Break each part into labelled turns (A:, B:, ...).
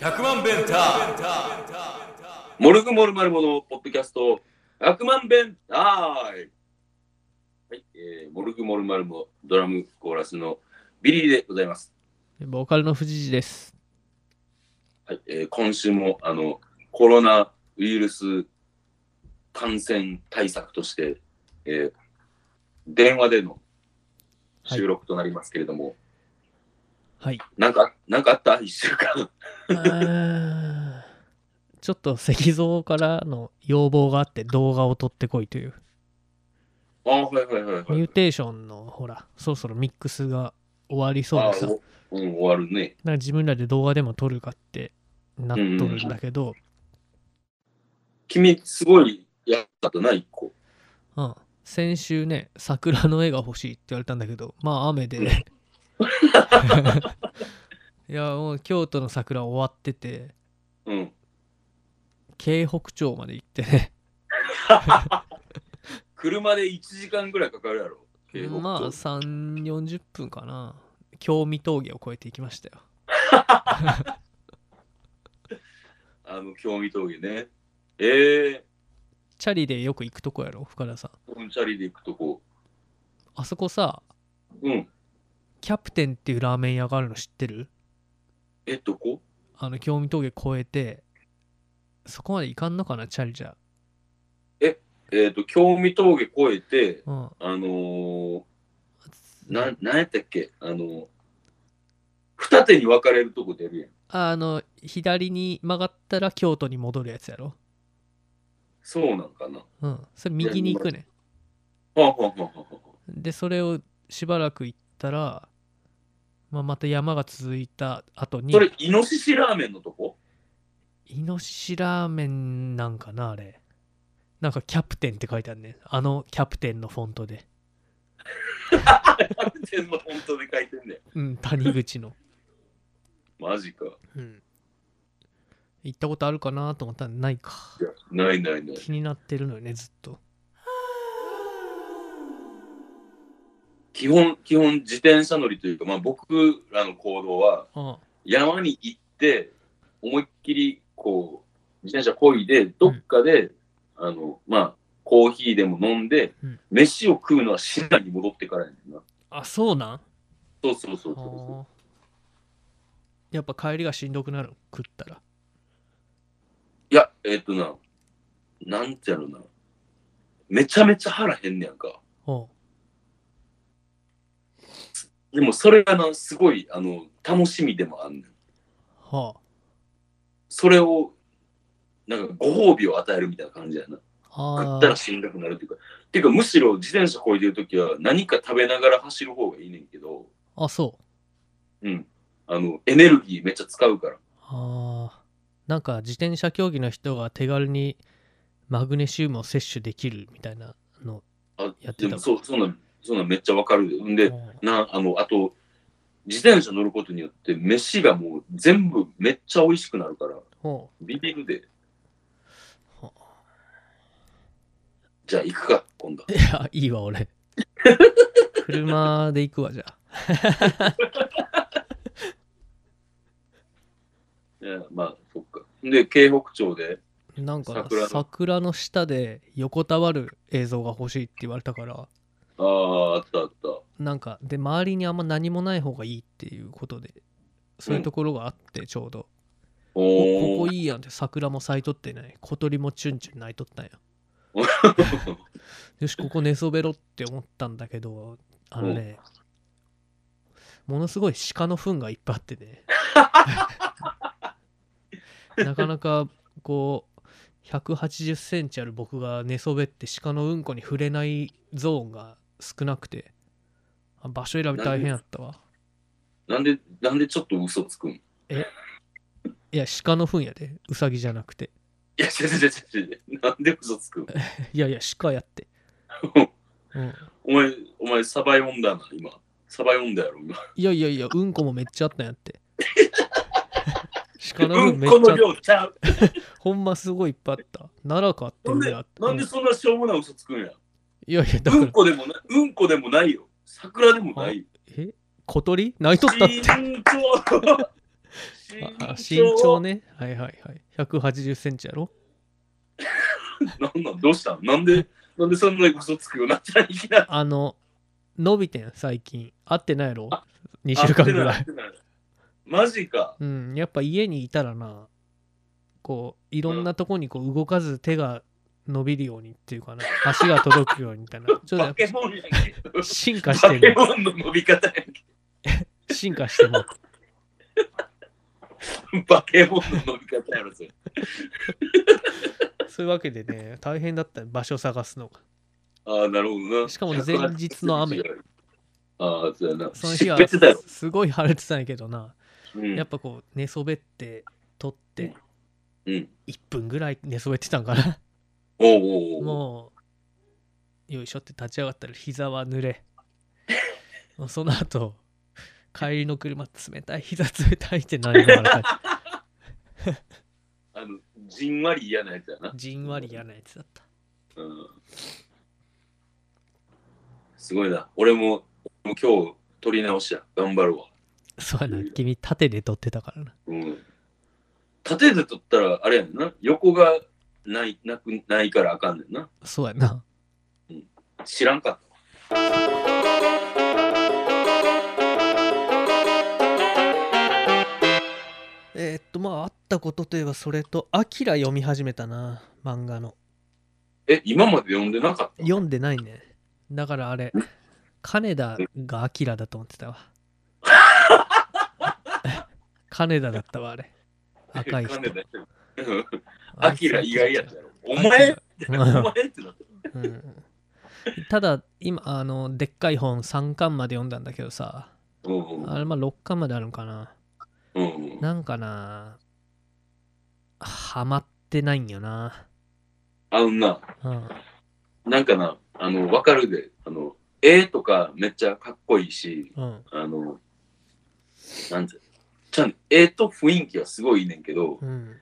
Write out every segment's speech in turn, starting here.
A: 100万弁ター
B: モルグモルマルモのポッドキャスト、100万弁タイはい、えー、モルグモルマルモ、ドラムコーラスのビリーでございます。
C: ボーカルの藤次です。
B: はい、えー今週も、あの、コロナウイルス感染対策として、えー電話での収録となりますけれども、
C: はい。
B: なんか、なんかあった一週間。
C: あーちょっと石像からの要望があって動画を撮ってこいという。
B: ああ、はいはいはいは
C: ミュー
B: い。
C: テーションのほら、そろそろミックスが終わりそう
B: あ
C: でさ、
B: ー
C: なんか
B: おうん、終わるね。
C: 自分らで動画でも撮るかってなっとるんだけど、
B: 君、すごいやったとない一個。
C: うん、先週ね、桜の絵が欲しいって言われたんだけど、まあ雨
B: うん
C: で。いや、もう京都の桜終わってて、
B: うん。
C: 京北町まで行ってね、
B: 車で1時間ぐらいかかるやろ。京北
C: まあ
B: と
C: 3、40分かな。京見峠を越えていきましたよ。
B: あの、興味峠ね。ええ
C: チャリでよく行くとこやろ、深田さん。
B: ー、うんチャリで行くとこ。
C: あそこさ、
B: うん。
C: キャプテンっていうラーメン屋があるの知ってる
B: え、どこ
C: あの、興味峠越えて、そこまで行かんのかな、チャリじゃ。
B: えっ、と、興味峠越えて、
C: うん。
B: あのー、な、なんやったっけあのー、二手に分かれるとこ出るやん。
C: あの、左に曲がったら京都に戻るやつやろ。
B: そうなんかな。は
C: うん。それ右に行くね。
B: あ、はあはあはあはあ、
C: で、それをしばらく行ったら、まあ、また山が続いた後に
B: そ、れ、イノシシラーメンのとこ
C: イノシシラーメンなんかな、あれ。なんかキャプテンって書いてあるね。あのキャプテンのフォントで。
B: キャプテンの本当で書いてんねん。
C: うん、谷口の。
B: マジか。
C: うん。行ったことあるかなと思ったらないか。
B: いやないないない。
C: 気になってるのよね、ずっと。
B: 基本、基本自転車乗りというか、まあ僕らの行動は、
C: あ
B: 山に行って、思いっきり、こう、自転車こいで、どっかで、あの、まあ、コーヒーでも飲んで、
C: うん
B: 飯を食うのは市内に戻ってからやねんな。
C: あ、そうなん
B: そうそうそうそうそ
C: あやっぱ帰りがしんどくなる食ったら。
B: う。いや、えっ、とな、なんてやろな。めちゃめちゃ腹減んねやんか。
C: おう
B: でもそれがな、すごい、あの、楽しみでもあんねん。
C: は
B: それを、なんかご褒美を与えるみたいな感じやな。
C: あ。
B: 食
C: あ
B: ったら
C: ー
B: しんどくなるっていうか。っていうか、むしろ自転車こいでるときは何か食べながら走る方がいいねんけど、
C: あ、そう。
B: うん。あの、エネルギーめっちゃ使うから。
C: ああ。なんか自転車競技の人が手軽にマグネシウムを摂取できるみたいなの。
B: あ
C: やって
B: で
C: た
B: も
C: わ
B: そう、そんなん、そんなんめっちゃわかるで。んで、
C: うん
B: な、あの、あと、自転車乗ることによって、飯がもう全部めっちゃ美味しくなるから、
C: おう
B: ビビるで
C: は。
B: じゃあ行くか、今度。
C: いや、 いいわ、俺。車で行くわ、じゃあ。
B: いやまあ、そっか。で、京北町で、
C: なんか
B: 桜
C: 桜
B: の
C: の下で横たわる映像が欲しいって言われたから
B: ああ、あったあった。
C: なんかで周りにあんま何もない方がいいっていうことでそういうところがあってちょうど、お
B: お
C: ここ
B: ー。
C: いいやんって桜も咲いとってね小鳥もチュンチュン鳴いとったんやよしここ寝そべろって思ったんだけどあのねものすごい鹿の糞がいっぱいあってねなかなかこう180センチある僕が寝そべって鹿のうんこに触れないゾーンが少なくてあ場所選び大変やったわ
B: なんで、なんでちょっと嘘つくんい
C: いや鹿の糞やでウサギじゃなくて
B: や、違う違う違う違う。なんで嘘つくん
C: いやいや鹿やって、うん、
B: お前、お前、サバ読んだな、今。サバ読んだやろ、今。
C: いやいやいやうんこもめっちゃあったんやって 鹿の
B: う
C: 糞
B: ん、
C: めっ
B: この
C: ちゃあっ
B: 量ちゃう。
C: ほんますごいいっぱいあった。奈良かあって
B: なんで
C: 俺らって
B: なんでそんなしょうもない嘘つくんや。
C: いやいや、
B: う
C: だか
B: ん
C: ら、
B: こでもな、うんこでもないよ。桜でもないよ。
C: え小鳥泣いとったって。
B: 身長
C: あ身長ね。はいはいはい。180センチやろ
B: なんなんどうしたんなんで、なんでそんなに嘘つくようになったんいきなり。
C: あの、伸びてん、最近。会ってないやろ ?2 週間ぐら
B: 合っ
C: い。
B: てない合ってないマジか。
C: うん、やっぱ家にいたらな、こう、いろんなとこにこう動かず手が伸びるようにっていう かな、足が届くようにみたいな。ちょっとや
B: バ
C: っ
B: ケモンやんけ。
C: ぱ進化して
B: バケ
C: る。
B: モンの伸び方やん
C: 進化してる。
B: け。バケモンの伸び方やろ、それ。
C: そういうわけでね、大変だったよ場所探すのが。
B: ああ、なるほどな。
C: しかも前日の雨。
B: ああ、そうやな。
C: その日は
B: 湿ってたよ。
C: すごい晴れてたんやけどな、
B: うん
C: やっぱこう寝そべって撮って
B: うん。
C: 1分ぐらい寝そべってたんかな
B: おうおうおう
C: もうよいしょって立ち上がったら膝は濡れもうその後帰りの車冷たい膝冷たいってなりながら帰っ
B: あの、じんわり嫌なやつやな
C: た。じんわり嫌なやつだった
B: うんすごいな。俺も、もう今日、取り直しや。頑張るわ。
C: そうやな君縦で撮ってたからな
B: うん。縦で取ったら、あれやんな。横がない、なく、ないからあかんねんな。
C: そうやな
B: 知らんかった。
C: えーっとまああったことといえばそれと「アキラ」読み始めたな漫画の
B: え、今まで読んでなかった
C: 読んでないねだからあれ金田がアキラだと思って たわ金田だったわあれ赤い人
B: 金田やってるうんアキラ意外やったやろ。お前ってお前
C: うん
B: ってなって
C: うんただ今あのでっかい本3巻まで読んだんだけどさ
B: る。うん
C: あれまあ6巻まであるのかな
B: うんうん。
C: なんかなハマってないんよな、
B: あのな、
C: うん、
B: なんかな、あの、わかるで、あの、絵とかめっちゃかっこいいし、
C: うん
B: あの、なんて、ちゃん、絵と雰囲気はすごいいいねんけど、
C: うん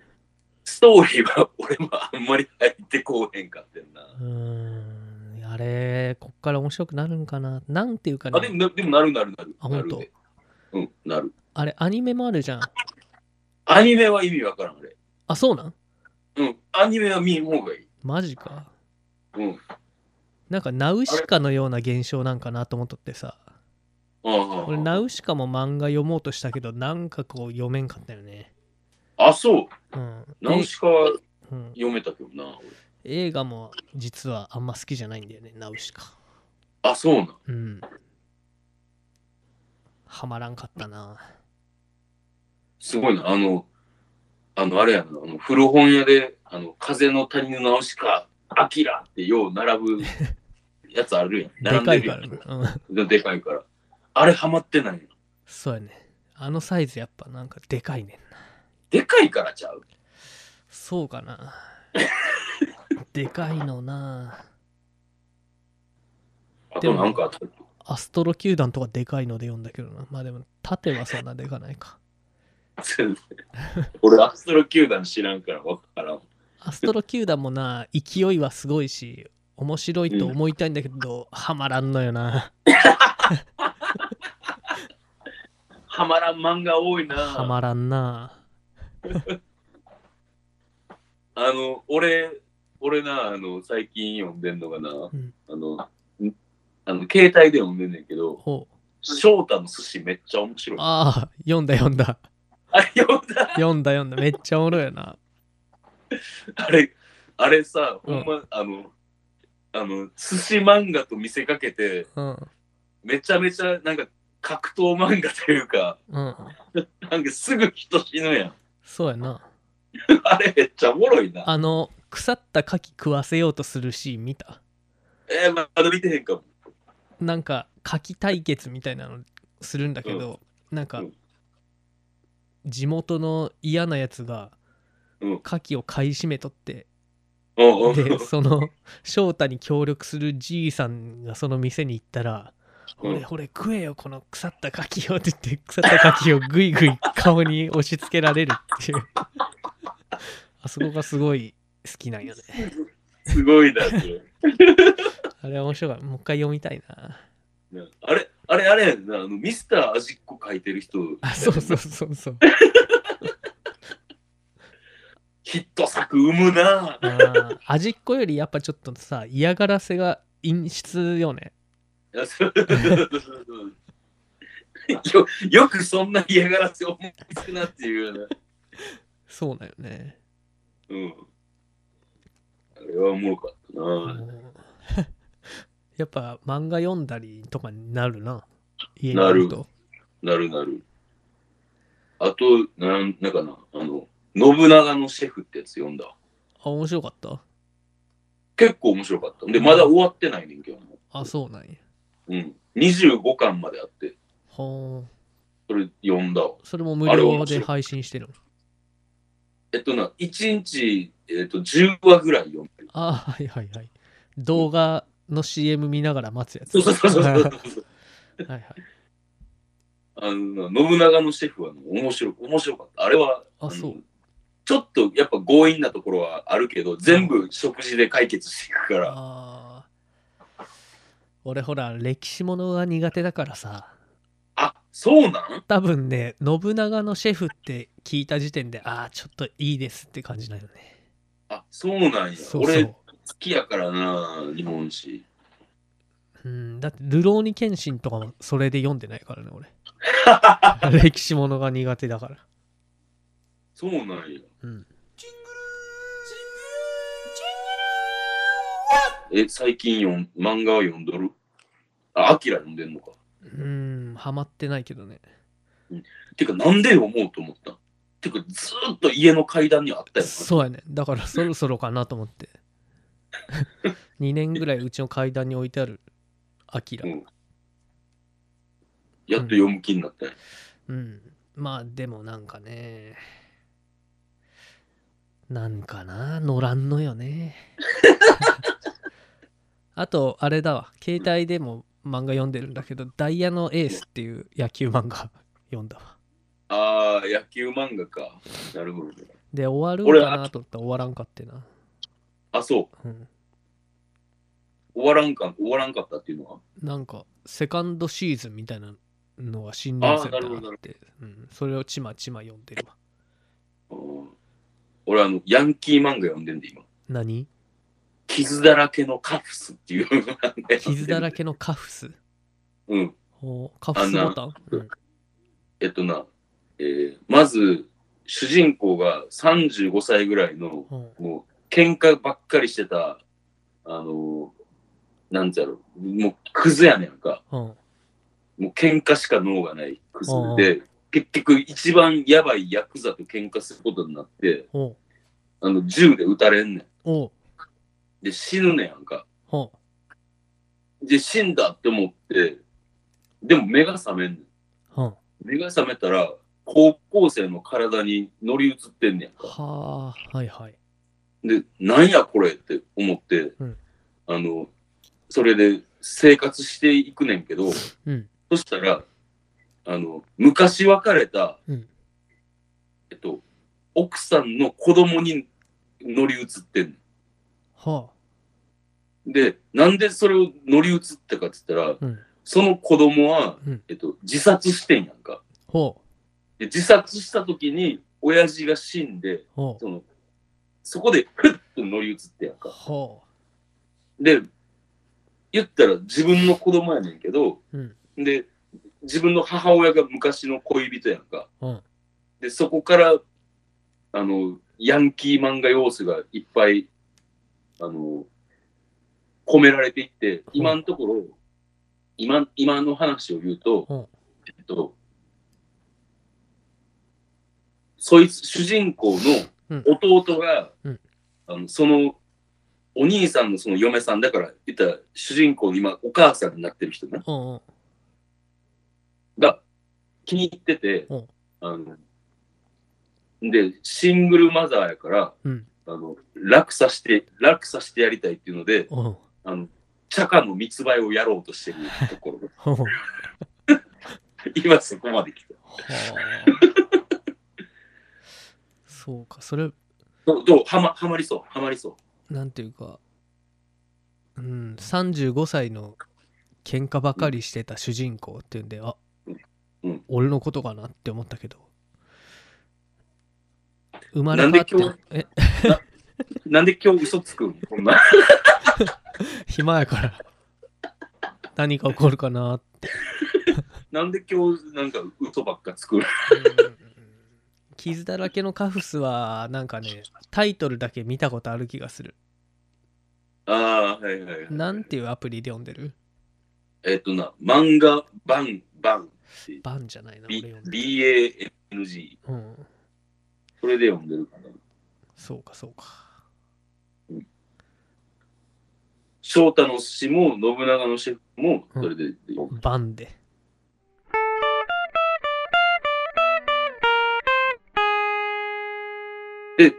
B: ストーリーは俺もあんまり入ってこうへんかってんな。
C: うーんあれこっから面白くなるんかななんていうかね
B: あ、でもな、でもなるなるなる。
C: あ
B: な
C: ほん
B: る
C: と
B: で。うん、なる。
C: あれ、アニメもあるじゃん。
B: アニメは意味わからん、あれ。
C: あ、そうなん
B: うん、アニメは見ん方がいい。
C: マジか。
B: うん。
C: なんか、ナウシカのような現象なんかなと思っとってさ。
B: ああ
C: 俺、ナウシカも漫画読もうとしたけど、なんかこう、読めんかったよね。
B: あ、そう。
C: うん。
B: ナウシカは
C: えうん
B: 読めたけどな。俺
C: 映画も実はあんま好きじゃないんだよね、ナウシカ。
B: あ、そうなん。
C: うん。はまらんかったな。
B: すごいな。あの、あの、あれやな。あの古本屋で、あの、風の谷のナウシカ、アキラってよう並 ぶやつあるやん。
C: で
B: 並ん
C: か
B: で
C: い
B: る
C: か
B: や
C: ら
B: ん。
C: ね。うん。
B: ででかいから。あれハマってないの。
C: そうやね。あのサイズやっぱなんかでかいねんな。
B: でかいからちゃう。
C: そうかな。 でかいのな。
B: あ
C: で
B: と
C: も
B: なんかあったっけ
C: アストロ球団とかでかいので読んだけどな。まあでも、縦はそんなでかないか。
B: 全然俺、アストロ球団知らんから分からん。
C: アストロ球団もな、勢いはすごいし、面白いと思いたいんだけど、はまらんのよな。
B: ハマらん漫画多いな。
C: はまらんな。
B: あの、俺、俺な、あの、最近読んでんのがな、
C: ん
B: あの、んあの携帯で読んでんねんけど、
C: ほう。
B: 翔太の寿司めっちゃ面白い。あ
C: ああ、読んだ読んだ。
B: れ読んだ。
C: 読んだ読んだ。めっちゃおもろいよな。
B: あれ、あれさ、
C: う
B: ほ
C: ん
B: んま、あの、あの、寿司漫画と見せかけて、
C: うん。
B: めちゃめちゃ、なんか、格闘漫画というか、
C: うん。
B: なんかすぐ人死ぬやん。
C: そうやな。
B: あれめっちゃおもろいな。
C: あの、腐った牡蠣食わせようとするシーン見た。
B: えー、まだ見てへんかも。
C: なんか、牡蠣対決みたいなのするんだけど、なんか
B: うん、
C: 地元の嫌なやつが、
B: うん
C: 牡蠣を買い占めとって、
B: うんうん
C: でその翔太に協力するじいさんがその店に行ったら「
B: うん
C: ほれほれ食えよこの腐った牡蠣を」って言って腐った牡蠣をぐいぐい顔に押し付けられるっていう あそこがすごい好きなんよね
B: すごいな、それ。
C: あれは面白いもう一回読みたいな
B: ねあれ、あれ、あれやんな、あの、ミスター味っ子書いてる人、
C: あ、そうそうそうそう。
B: ヒット作生むな
C: あー味っ子よりやっぱちょっとさ、嫌がらせが陰湿よね。
B: いやそう よよくそんな嫌がらせ思いつくなっていうような。
C: そうだよね。
B: うん。あれはおもろかったな。
C: もうやっぱ漫画読んだりとかになるな。家
B: なる
C: いと。
B: なるなる。あと、なんなんかな、あの、信長のシェフってやつ読んだ。
C: あ、面白かった。
B: 結構面白かった。で、まだ終わってないねんけどな。
C: あ、そうなんや。
B: うん。25巻まであって、
C: はあ。
B: それ読んだわ。
C: それも
B: あ
C: 無
B: れ
C: 料
B: 面
C: で
B: 白い
C: 配信してるの。
B: えっとな、1日、えっと、10話ぐらい読んで る。
C: あ、はいはいはい。動画の CM 見ながら待つやつ。
B: そうそうそうそうそ
C: は
B: う
C: い
B: そう。
C: はい。
B: あの、信長のシェフはね面白い、面白かった。あれは、
C: あ
B: の
C: そう
B: ちょっとやっぱ強引なところはあるけど、全部食事で解決していくから。
C: あー俺ほら、歴史ものが苦手だからさ。
B: あ、そうなん
C: 多分ね、信長のシェフって聞いた時点で、ああ、ちょっといいですって感じだよね。
B: あ、そうなんや。
C: そうそ
B: 俺、
C: う
B: 好。きやからな、日本史。
C: うん、だって、ルローニケンシンとかもそれで読んでないからね、俺。歴史ものが苦手だから。
B: そうなんや。
C: うん。
B: え、最近読ん漫画は読んどるあ、アキラ読んでんのか。
C: うん、ハマってないけどね。
B: てか、なんで読もうと思ったんてか、ずーっと家の階段にあったよな。
C: そうやね。だからそろそろかなと思って。2年ぐらいうちの階段に置いてある、アキラ。
B: うんやっと読む気になったんや
C: うん。まあ、でもなんかね。なんかな、乗らんのよね。 あと、あれだわ。携帯でも漫画読んでるんだけど、ダイヤのエースっていう野球漫画 読んだわ。
B: ああ、野球漫画か。なるほどね。
C: で、終わるんかなと思ったら終わらんかってな。
B: あ、そう。
C: うん。
B: 終わらんか、終わらんかったっていうのは
C: なんかセカンドシーズンみたいなのが新年生みたいなのがあってうん、それをちまちま読んでるわ
B: うん俺あの、ヤンキー漫画読んでんで今。
C: 何
B: 傷だらけのカフスっていう漫画読んでんで
C: 傷だらけのカフス
B: うん。
C: おカフスボタン、うん
B: えっとな、えーまず、主人公が35歳ぐらいの、
C: うん
B: もう、喧嘩ばっかりしてた、あのーなんちゃろう、もう、クズやねんか。
C: うん、
B: もう、喧嘩しか脳がないクズ
C: うん
B: で、結局、一番やばいヤクザと喧嘩することになって、
C: お
B: あの、銃で撃たれんねん。
C: お
B: で、死ぬねんやんか。
C: お
B: で、死んだって思って、でも目が覚めんねん。
C: うんは
B: 目が覚めたら、高校生の体に乗り移ってんねやんか。
C: あはいはい
B: で、なんやこれって思って、
C: うん
B: あの、それで生活していくねんけど、
C: うん
B: そしたら、あの、昔別れた、
C: うん
B: えっと、奥さんの子供に乗り移ってんねん。
C: は
B: で、なんでそれを乗り移ったかって言ったら、
C: あうん
B: その子供は、
C: うん
B: えっと、自殺してんやんか。
C: ほ
B: で自殺した時に親父が死んで
C: うほう
B: そのそこでふっと乗り移ってやんか
C: ほ
B: で言ったら自分の子供やねんけど
C: ううん
B: で自分の母親が昔の恋人やんか
C: うん
B: でそこからあのヤンキー漫画要素がいっぱいあの込められていって今のところ、今今の話を言うと、
C: うん
B: えっとそいつ主人公の弟が、
C: うんうん
B: あのそのお兄さんのその嫁さんだから言ったら主人公の今お母さんになってる人な
C: うんうん
B: が気に入ってて、
C: うん
B: あのでシングルマザーやから
C: うん
B: あの落差して落差してやりたいっていうので
C: うん
B: あの茶化の密売をやろうとしてるところ
C: ほうは
B: 今そこまで来た
C: あそうかそれ
B: どうどうはまはまりそうはまりそう
C: なんていうか、うん、35歳の喧嘩ばかりしてた主人公っていうんであ、
B: うん
C: 俺のことかなって思ったけど生まれ
B: なん
C: 変わ
B: で今
C: って
B: 日
C: え
B: なんで今日嘘つくんこんな。
C: 暇やから何か起こるかなって
B: なんで今日なんか嘘ばっかつく
C: 傷だらけのカフスはなんかねタイトルだけ見たことある気がする
B: ああ、はいはいはい。
C: なんていうアプリで読んでる
B: えっ、とな、漫画バンバンって
C: バンじゃないな俺
B: B-
C: 読んでる
B: BANG。
C: うん
B: これで読んでるかな。
C: そうかそうか
B: 翔太の詩も信長の詩もそれで読む。
C: バンで
B: えー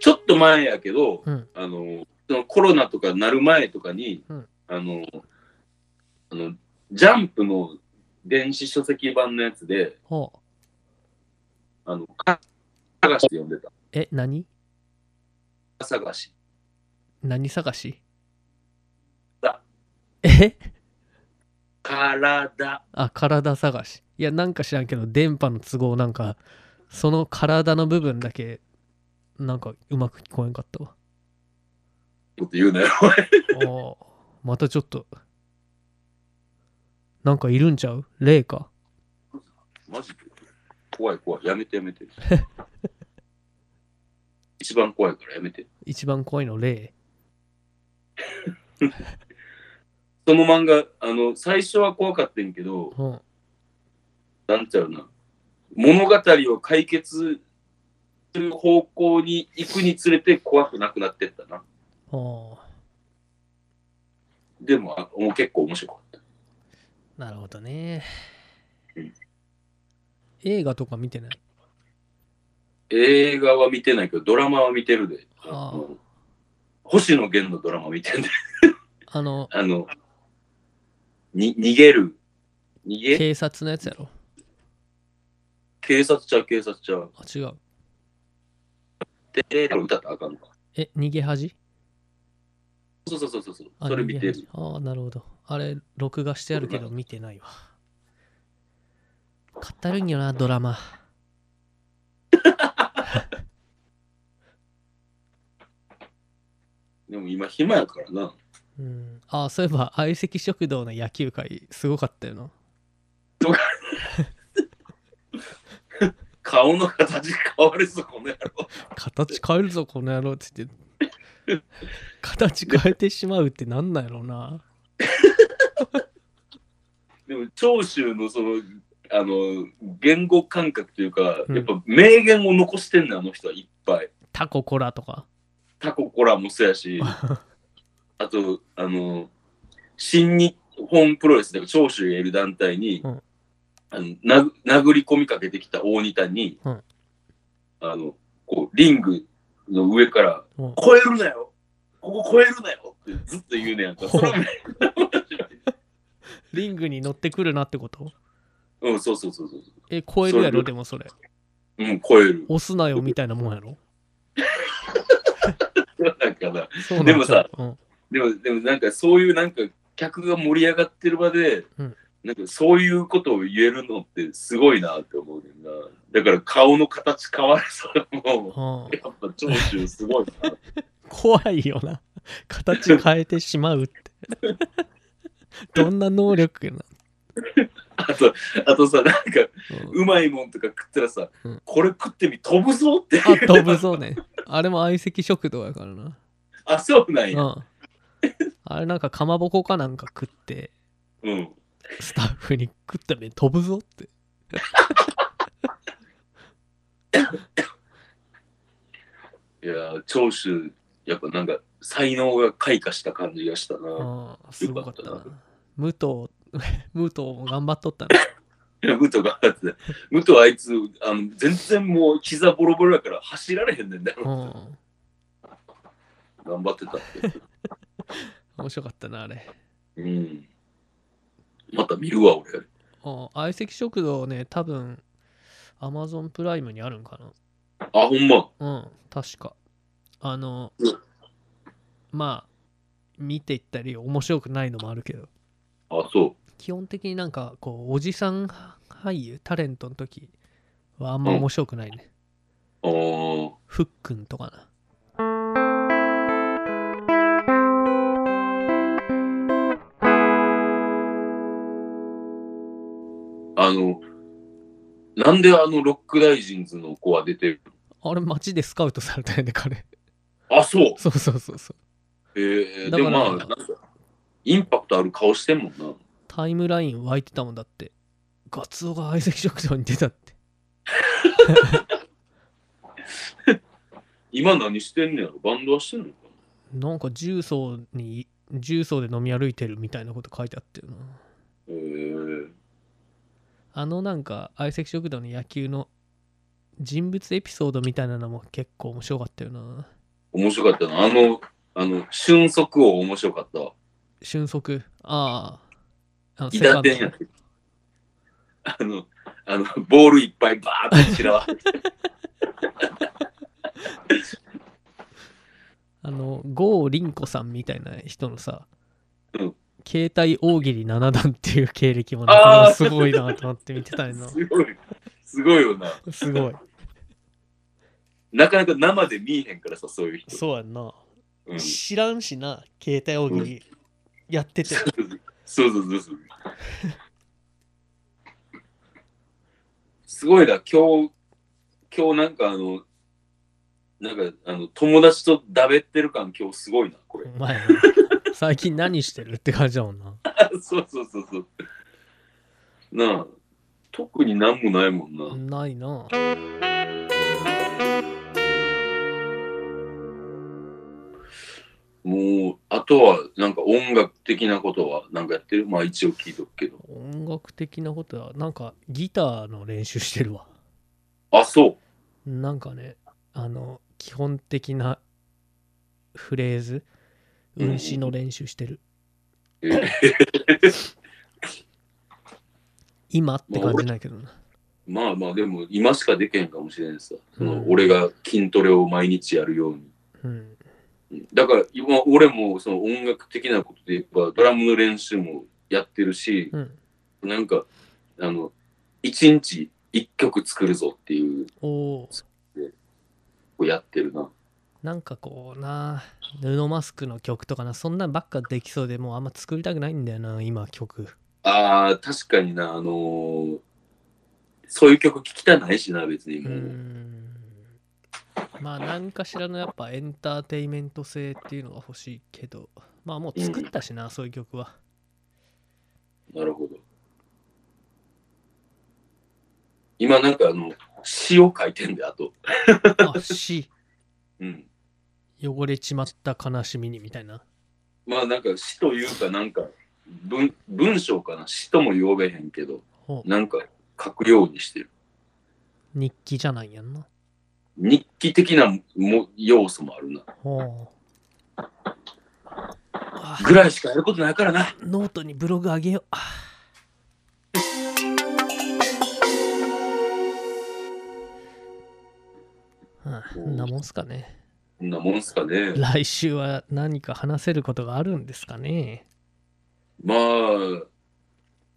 B: ちょっと前やけど、
C: うん
B: あのそのコロナとかなる前とかに、
C: うん
B: あのあのジャンプの電子書籍版のやつで、
C: ほう
B: あのか探しって読んでた。
C: え何
B: 探し。
C: 何探し
B: だ
C: え
B: 体。
C: あ体探しいやなんか知らんけど電波の都合なんかその体の部分だけなんかうまく聞こえんかったわ
B: こと言うなよ。
C: おーまたちょっとなんかいるんちゃう霊か
B: マジで怖い怖い。やめてや めて。一番怖いからやめて。
C: 一番怖いの霊
B: その漫画、あの、最初は怖かったんやけど、
C: うん
B: なんちゃうな。物語を解決する方向に行くにつれて怖くなくなってったな。
C: おー
B: でも、あもう結構面白かった。
C: なるほどね
B: うん
C: 映画とか見てない
B: 映画は見てないけど、ドラマは見てるで。
C: ああ
B: の星野源のドラマ見てんで。
C: あの
B: あの、に、逃げる。逃げ
C: 警察のやつやろ
B: 警察ちゃう、警察ちゃう。
C: あ違う
B: てれーの歌ったらあかんのか。
C: え逃げ恥
B: そうそうそうそうそう。
C: あ
B: それ見て
C: 逃げ
B: る。
C: 恥ああなるほどあれ録画してあるけど
B: そうな
C: 見てないわ語るんよなドラマ
B: でも今暇やからな。
C: うんあそういえば相席食堂の野球界すごかったよな
B: 顔の形変わるぞ、この野郎。
C: 形変えるぞこの野郎っつって形変えてしまうってなんなんやろうな
B: でも長州のそのあの言語感覚というか、
C: うん
B: やっぱ名言を残してんねんあの人はいっぱい
C: タココラとか
B: タココラもそうや しあとあの新日本プロレスで長州がいる団体に、
C: うん
B: あのな殴り込みかけてきた大仁田に、
C: うん
B: あのこうリングの上から「
C: うん
B: 超えるなよここ超えるなよ!」ってずっと言うねんやんかそれはめっちゃ面白い
C: リングに乗ってくるなってこと
B: うんそうそうそうそう
C: え超えるや
B: そ
C: ろ
B: れ
C: でもそれ
B: うん超える
C: 押すなよみたいなもんやろ
B: だから
C: そうなん
B: でもさ
C: ちゃううん
B: でも、でもなんかそういうなんか客が盛り上がってる場で、
C: うん
B: なんかそういうことを言えるのってすごいなって思うねんな。だから顔の形変わるさ、もう、
C: うん
B: やっぱ長州すごい な。
C: 怖いよな形変えてしまうって どんな能力やな、
B: あと、あとさ、なんか
C: うん
B: うまいもんとか食ったらさ、
C: うん
B: これ食ってみ飛ぶぞって。
C: あ飛ぶぞねあれも相席食堂やからな
B: あ、そうなん
C: う
B: や。
C: んあれなんかかまぼこかなんか食って
B: うん。
C: スタッフに食ったら飛ぶぞって
B: いやー、長州、やっぱなんか才能が開花した感じがしたな。
C: うんすごかった
B: よ
C: な
B: かった
C: 武藤 武藤も頑張っとった な
B: 武藤があって、武藤あいつ、あの全然もう膝ボロボロだから走られへんねんだ
C: う
B: ろ。
C: ん
B: 頑張ってたって。
C: 面白かったなあれ
B: うん。また見るわ、俺。
C: うん相席食堂ね多分 Amazon プライムにあるんかな
B: あ、ほんま。
C: うん、確か。あの、
B: うん
C: まあ、見ていったり、面白くないのもあるけど、
B: あ、そ
C: 基本的になんかこうおじさん俳優タレントの時はあんま面白くないね、
B: う。あ
C: ふっくんとかな
B: あ、あの、なんであのロックダイジンズの子は出てる
C: あれ街でスカウトされたよね彼
B: あ、そう。
C: そうそうそうそう
B: えー、
C: だ
B: で
C: か
B: も
C: ら
B: まあ、なんか、インパクトある顔してんもんな。
C: タイムライン湧いてたもんだってガツオが相席食堂に出たって
B: 今何してんねやろバンドはしてんのか
C: なんか重曹に重曹で飲み歩いてるみたいなこと書いてあったよな
B: なえー、
C: あのなんか相席食堂の野球の人物エピソードみたいなのも結構面白かったよな
B: 面白かったな。あの、あの、俊足王面白かったわ。
C: 俊足あああの
B: 伊達店やって。あの、あの、ボールいっぱいバーって散らわ れて
C: あの郷凛子さんみたいな人のさ、
B: うん
C: 携帯大喜利7段っていう経歴もなかな
B: あー
C: かすごいなと思って見てた よな
B: すごい、すごいよな。
C: すごい
B: なかなか生で見えへんからさ、そういう人。
C: そうやんな、
B: うん、そう
C: 知らんしな携帯大喜利やってて、
B: そうそうそう。すごいな、今日、今日なんかあの、なんかあの友達とだべってる感今日すごいな、これ。
C: お前な最近何してるって感じだもんな
B: そうそうそうそう。なあ、特になんもないもんな。
C: ないな
B: もう、あとは、なんか音楽的なことは、なんかやってるまあ一応聞いとくけど。
C: 音楽的なことはなんかギターの練習してるわ
B: あ、そう。
C: なんかねあの基本的なフレーズ
B: うん
C: 運指の練習してる、
B: えー
C: 今って感じないけどな
B: まあまあ、でも、今しかできへんかもしれんさ。その
C: うん
B: 俺が筋トレを毎日やるように。
C: う
B: う
C: ん
B: んだから、今、俺も、その音楽的なことで言えば、ドラムの練習もやってるし、
C: うん
B: なんか、あの、一日一曲作るぞっていう、
C: おおー
B: こうやってるな。
C: なんかこうな布マスクの曲とかなそんなんばっかできそうでもうあんま作りたくないんだよな今曲
B: ああ、確かにな、あのーそういう曲聴きたないしな、別に
C: うー
B: もう。
C: んまあ何かしらのやっぱエンターテイメント性っていうのが欲しいけどまあもう作ったしな、そういう曲は
B: なるほど。今なんかあの、詩を書いてんで、あと。
C: あし
B: うん。
C: 汚れちまった悲しみにみたいな
B: まあなんか詩というか、なんか文、文章かな。詩とも呼べへんけど、
C: ほう
B: なんか書くようにしてる。
C: 日記じゃないやんな
B: 日記的なも要素もあるな。
C: ほうあ
B: ぐらいしかやることないからな。
C: ノートにブログあげようあはあ、こんなもんすかね
B: こんなもんすかね。
C: 来週は何か話せることがあるんですかね
B: まあ、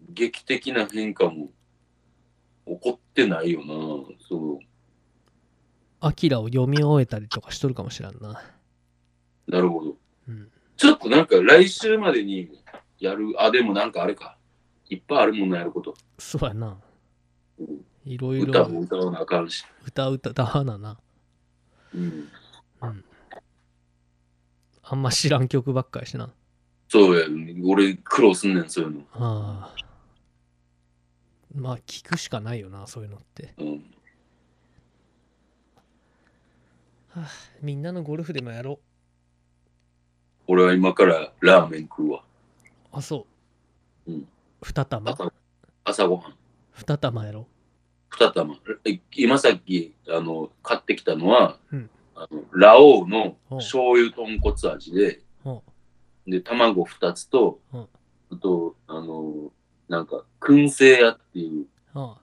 B: 劇的な変化も起こってないよな。そ
C: アキラを読み終えたりとかしとるかもしらんな、
B: う。なるほど。
C: うん、
B: ちょっとなんか来週までにやる。あ、でもなんかあれか。いっぱいあるもんなやること。
C: そうやな
B: うん
C: いろい
B: 歌も
C: ろ
B: 歌わなあかんし。
C: 歌う歌だなな
B: うん。
C: あんま知らん曲ばっかりしな
B: そうや、俺苦労すんねん、そういうの。
C: ああまあ聞くしかないよなそういうのって
B: うん。
C: みんなのゴルフでもやろ
B: 俺は今からラーメン食うわ。
C: うあそう、
B: うん
C: 二玉
B: 朝朝ごはん。
C: 二玉やろ
B: 二玉。え今さっき、あの、買ってきたのは、
C: うん
B: あのラオウの
C: ほう
B: 醤油豚骨味で、
C: ほ
B: で、卵2つと、
C: うん
B: あと、あの、なんか、燻製屋っていう
C: うあ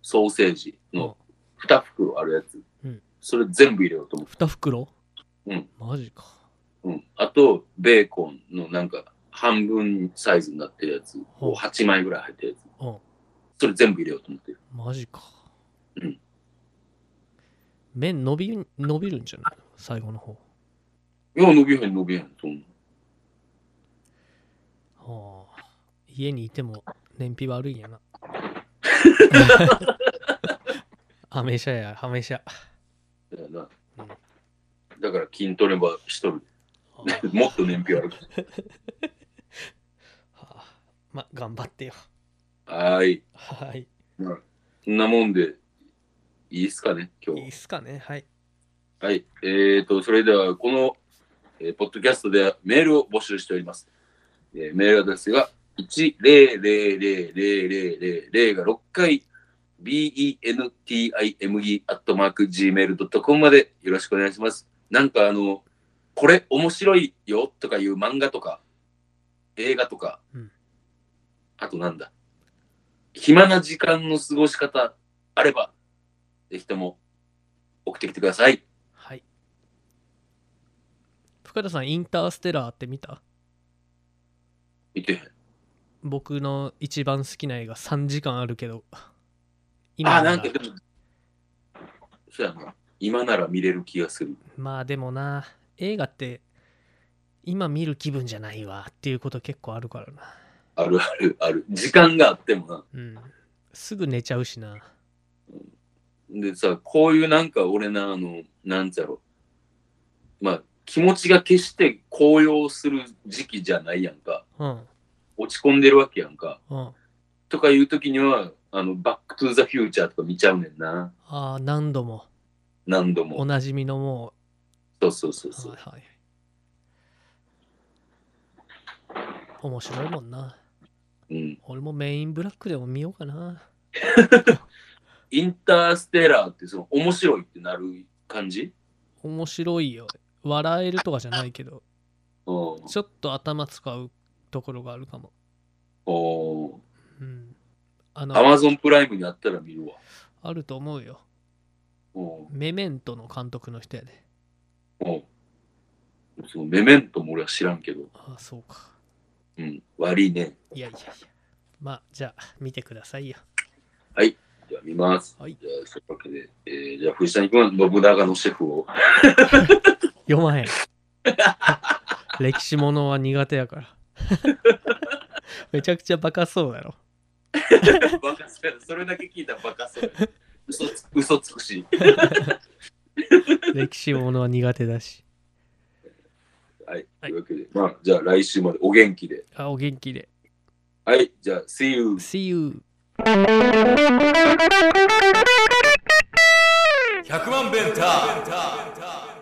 B: ソーセージ
C: あ
B: の2袋あるやつ。
C: うん
B: それ全部入れようと思
C: 二袋
B: うん
C: マジか
B: う。うん。あと、ベーコンのなんか、半分サイズになってるやつを8枚ぐらい入ってるやつ、
C: うん
B: それ全部入れようと思ってる
C: マジか。
B: うん
C: 麺伸び伸びるんじゃない最後の方。
B: いや伸びへん伸びへんそんな
C: はあ、家にいても燃費悪いんやな。アメ車や、アメ車。
B: だよな、
C: うん
B: だから筋トレは一人
C: はあ
B: もっと燃費悪く
C: はあ、ま、頑張ってよ。
B: はーい
C: はい。
B: そんなもんでいいっすかね今
C: いい
B: 日
C: っすかね。はい。
B: はいえー、とそれではこの、えーポッドキャストではメールを募集しております、えーメールアドレスが1000000が6回 bentime.gmail.com までよろしくお願いします。なんかあの、これ面白いよとかいう漫画とか、映画とか、
C: うん
B: あとなんだ、暇な時間の過ごし方あれば、ぜひとも送ってきてください。
C: はい。深田さん、インターステラーって見た
B: 見てへん。
C: 僕の一番好きな映画3時間あるけど。
B: あ、
C: な
B: な
C: ら
B: んかでも、そうやな。今なら見れる気がする。
C: まあでもな、映画って今見る気分じゃないわっていうこと結構あるからな。
B: あるあるある。時間があってもな。
C: うん。すぐ寝ちゃうしな。
B: でさ、こういうなんか俺な、あの、なんちゃろう。まあ、気持ちが決して高揚する時期じゃないやんか。
C: うん。
B: 落ち込んでるわけやんか。
C: うん。あ
B: とかいう時には、あの、バックトゥーザフューチャーとか見ちゃうねんな。
C: あ、何度も
B: 何度
C: お
B: も。
C: なじみのも
B: そうそうそう
C: う、
B: そう
C: はい。はい。面白いもんな。
B: うん。
C: 俺もメインブラックでも見ようかな。
B: インターステラーってその面白いってなる感じ
C: 面白いよ。笑えるとかじゃないけど、
B: うん。
C: ちょっと頭使うところがあるかも。
B: おー
C: うん。あの、
B: アマゾンプライムにあったら見るわ。
C: あると思うよ。
B: お
C: メメントの監督の人やで。
B: おそのメメントも俺は知らんけど、
C: ああ、そうか。
B: うん、悪いね。
C: いやいやいや。まあ、じゃあ、見てくださいよ。
B: じゃあ見ます。
C: はい
B: じゃあ、そういうわけで、えーじゃあ藤谷君は信長のシェ フを。
C: 読まへん。歴史ものは苦手やから。めちゃくちゃバカそうやろ。
B: バカそうやそれだけ聞いたらバカそうや嘘つ嘘つくし。
C: 歴史ものは苦手だし。
B: はい。と
C: はい
B: いうわけで、まあ、じゃあ来週までお元気で。
C: あ、お元気で。
B: はい。じゃあ、See you!
C: See you!
A: 100万ベンター